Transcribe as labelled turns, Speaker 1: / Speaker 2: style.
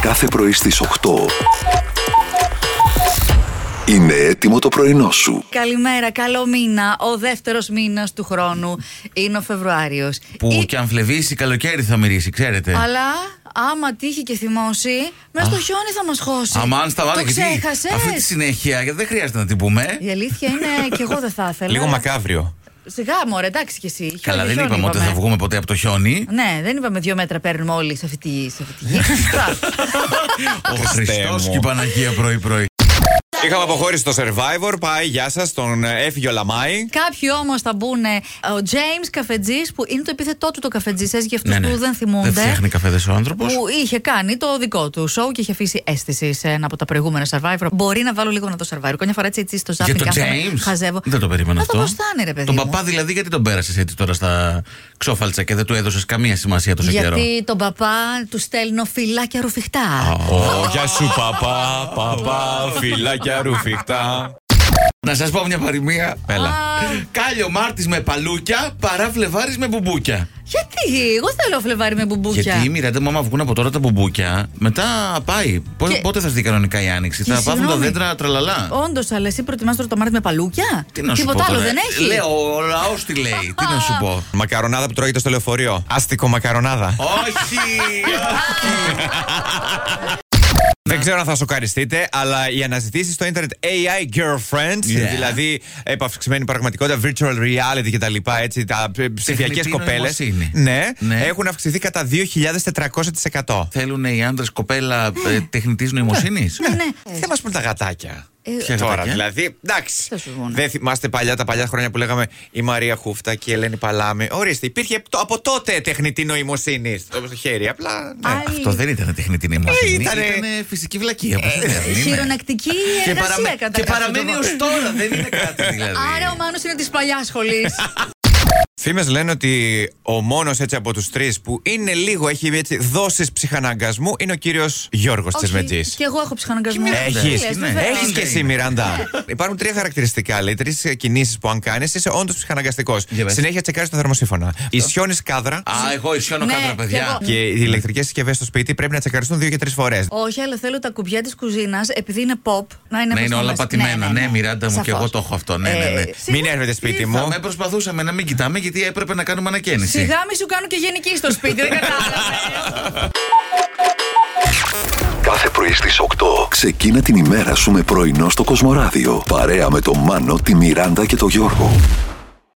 Speaker 1: κάθε πρωί στις 8. Είναι έτοιμο το πρωινό σου.
Speaker 2: Καλημέρα, καλό μήνα. Ο δεύτερος μήνας του χρόνου είναι ο Φεβρουάριος.
Speaker 3: Που κι αν φλεβήσει, καλοκαίρι θα μυρίσει, ξέρετε.
Speaker 2: Ε, Αλλά άμα τύχει και θυμώσει, μέσα στο χιόνι θα μας χώσει.
Speaker 3: Αμάν αν σταμάτα,
Speaker 2: Το
Speaker 3: γιατί
Speaker 2: ξέχασες.
Speaker 3: Αυτή τη συνέχεια γιατί δεν χρειάζεται να την πούμε.
Speaker 2: Η αλήθεια είναι και εγώ δεν θα ήθελα.
Speaker 4: Λίγο
Speaker 2: αλλά-
Speaker 4: μακάβριο.
Speaker 2: Σιγά μωρέ, εντάξει κι εσύ. Χιόνι,
Speaker 3: Καλά, δεν
Speaker 2: χιόνι
Speaker 3: είπαμε ότι θα βγούμε ποτέ από το χιόνι.
Speaker 2: Ναι, δεν είπαμε δύο μέτρα παίρνουμε όλοι σε αυτή τη, σε αυτή τη γη.
Speaker 3: Ο
Speaker 4: Χριστέ
Speaker 3: Χριστός
Speaker 4: μου.
Speaker 3: και η Παναγία πρωί-πρωί.
Speaker 4: Είχαμε αποχώρηση στο Survivor. Πάει, γεια σας, τον ε, έφυγε ο Λαμάη.
Speaker 2: Κάποιοι όμως θα μπουν. Ο James Καφετζής, που είναι το επιθετό του το Καφετζής, για αυτούς
Speaker 3: Ναι, ναι.
Speaker 2: που δεν θυμούνται.
Speaker 3: Δεν φτιάχνει καφέδε ο άνθρωπος.
Speaker 2: Που είχε κάνει το δικό του σοου και είχε αφήσει αίσθησης σε ένα από τα προηγούμενα survivor. Μπορεί να βάλω λίγο να το survivor. Κόνια φορά έτσι, έτσι στο
Speaker 3: Για
Speaker 2: ζάπινγκ
Speaker 3: τον
Speaker 2: κάθομαι,
Speaker 3: James.
Speaker 2: Χαζεύω.
Speaker 3: Δεν το περίμενα
Speaker 2: Να
Speaker 3: αυτό.
Speaker 2: το προστάνε, ρε παιδί.
Speaker 3: Τον
Speaker 2: μου.
Speaker 3: παπά δηλαδή, γιατί τον πέρασες έτσι τώρα στα ξόφαλτσα και δεν του έδωσες καμία σημασία τόσο καιρό.
Speaker 2: Γιατί τον παπά του στέλνω φυλάκια ρουφιχτά.
Speaker 4: Ω, Γεια σου, παπά, παπά, φυλάκια ρουφιχτά.
Speaker 3: Να σας πω μια παροιμία.
Speaker 4: Έλα.
Speaker 3: Κάλιο Μάρτης με παλούκια, παρά Φλεβάρης με μπουμπούκια.
Speaker 2: Γιατί, εγώ θέλω φλεβάρι με μπουμπούκια.
Speaker 3: Γιατί η Μιράντα, μάμα βγουν από τώρα τα μπουμπούκια, μετά πάει. Πότε,
Speaker 2: Και-
Speaker 3: πότε θα δει κανονικά η άνοιξη,
Speaker 2: Και
Speaker 3: θα πάθουν τα
Speaker 2: συγγνώμη.
Speaker 3: δέντρα τραλαλά.
Speaker 2: Όντως, αλλά εσύ προτιμάς τώρα το μάρτι με παλούκια.
Speaker 3: Τι να σου
Speaker 2: Τίποτα
Speaker 3: πω,
Speaker 2: άλλο
Speaker 3: τώρα.
Speaker 2: δεν έχει.
Speaker 3: Λέω, ο λαός τι λέει. τι να σου πω.
Speaker 4: Μακαρονάδα που τρώγεται στο λεωφορείο. Άστικο μακαρονάδα.
Speaker 3: Όχι!
Speaker 4: Δεν ξέρω αν θα σοκαριστείτε, αλλά οι αναζητήσεις στο ίντερνετ AI girlfriends,
Speaker 3: Yeah.
Speaker 4: δηλαδή επαυξημένη πραγματικότητα, virtual reality κτλ. Έτσι, τα ψηφιακές
Speaker 3: Τεχνητή
Speaker 4: κοπέλες.
Speaker 3: νοημοσύνη.
Speaker 4: Ναι,
Speaker 3: Ναι.
Speaker 4: έχουν αυξηθεί κατά 2.400%.
Speaker 3: Θέλουν οι άντρε κοπέλα ε, τεχνητής νοημοσύνης.
Speaker 2: Ναι, ναι.
Speaker 4: Δεν μας πούν τα γατάκια.
Speaker 3: Ποια
Speaker 4: Τώρα
Speaker 3: γατάκια?
Speaker 4: δηλαδή, εντάξει.
Speaker 2: Θα σου πω, ναι.
Speaker 4: Δεν θυμάστε παλιά τα παλιά χρόνια που λέγαμε η Μαρία Χούφτα και η Ελένη Παλάμη. Ορίστε, υπήρχε το- από τότε τεχνητή νοημοσύνης. Το χέρι, απλά. Ναι.
Speaker 2: Άλλη
Speaker 3: Αυτό δεν ήταν τεχνητή
Speaker 2: Ε,
Speaker 3: νοημοσύνη.
Speaker 4: ήτανε-
Speaker 3: Ήτανε φυσική βλακεία. όπως λέμε, δεν είναι.
Speaker 2: Χειρονακτική
Speaker 3: Και,
Speaker 2: εργασία
Speaker 3: παραμε-
Speaker 2: κατά
Speaker 3: και
Speaker 2: κάποιο
Speaker 3: παραμένει
Speaker 2: τρόπο.
Speaker 3: ως τώρα. Δεν είναι κάτι δηλαδή.
Speaker 2: Άρα ο Μάνος είναι της παλιάς σχολής.
Speaker 4: Φήμες λένε ότι ο μόνος έτσι από τους τρεις που είναι λίγο, έχει έτσι δόσεις ψυχαναγκασμού, είναι ο κύριος Γιώργος
Speaker 2: Όχι,
Speaker 4: Τσεσμετζής.
Speaker 2: Και εγώ έχω ψυχαναγκασμό. Τι λες,
Speaker 4: Έχει.
Speaker 3: ναι.
Speaker 2: βεβαίως.
Speaker 4: Έχει
Speaker 3: Ναι,
Speaker 4: και εσύ,
Speaker 3: είναι.
Speaker 4: Μιραντά. Υπάρχουν τρία χαρακτηριστικά, λέει. Τρεις κινήσεις που αν κάνεις, είσαι όντως ψυχαναγκαστικός.
Speaker 3: Για πες.
Speaker 4: Συνέχεια τσεκάρεις το θερμοσύφωνα. Ισιώνει κάδρα.
Speaker 3: Α, εγώ ισιώνω
Speaker 2: Ναι,
Speaker 3: κάτω,
Speaker 2: και
Speaker 3: παιδιά.
Speaker 2: εγώ.
Speaker 4: Και οι ηλεκτρικές συσκευές στο σπίτι πρέπει να τσεκαριστούν δύο και τρεις φορές.
Speaker 2: Όχι, αλλά θέλω τα κουμπιά της κουζίνας, επειδή είναι pop, να είναι
Speaker 3: Να
Speaker 2: όπως
Speaker 3: είναι
Speaker 2: το
Speaker 3: όλα
Speaker 2: λες.
Speaker 3: πατημένα. Ναι, Μιράντα μου, και
Speaker 2: Σαφώς.
Speaker 3: εγώ το έχω αυτό. Ναι, ναι, ναι.
Speaker 2: Ε,
Speaker 4: Μην
Speaker 2: σιγά-
Speaker 4: έρθετε σπίτι
Speaker 3: Θα
Speaker 4: μου.
Speaker 3: με προσπαθούσαμε να μην κοιτάμε γιατί έπρεπε να κάνουμε ανακαίνιση.
Speaker 2: Σιγά μη σου κάνω και γενική στο σπίτι, δεν κατάλαβα.
Speaker 1: Κάθε πρωί στις 8. Ξεκίνα την ημέρα σου με πρωινό στο Κοσμοράδιο. Παρέα με τον Μάνο, τη Μιράντα και τον Γιώργο.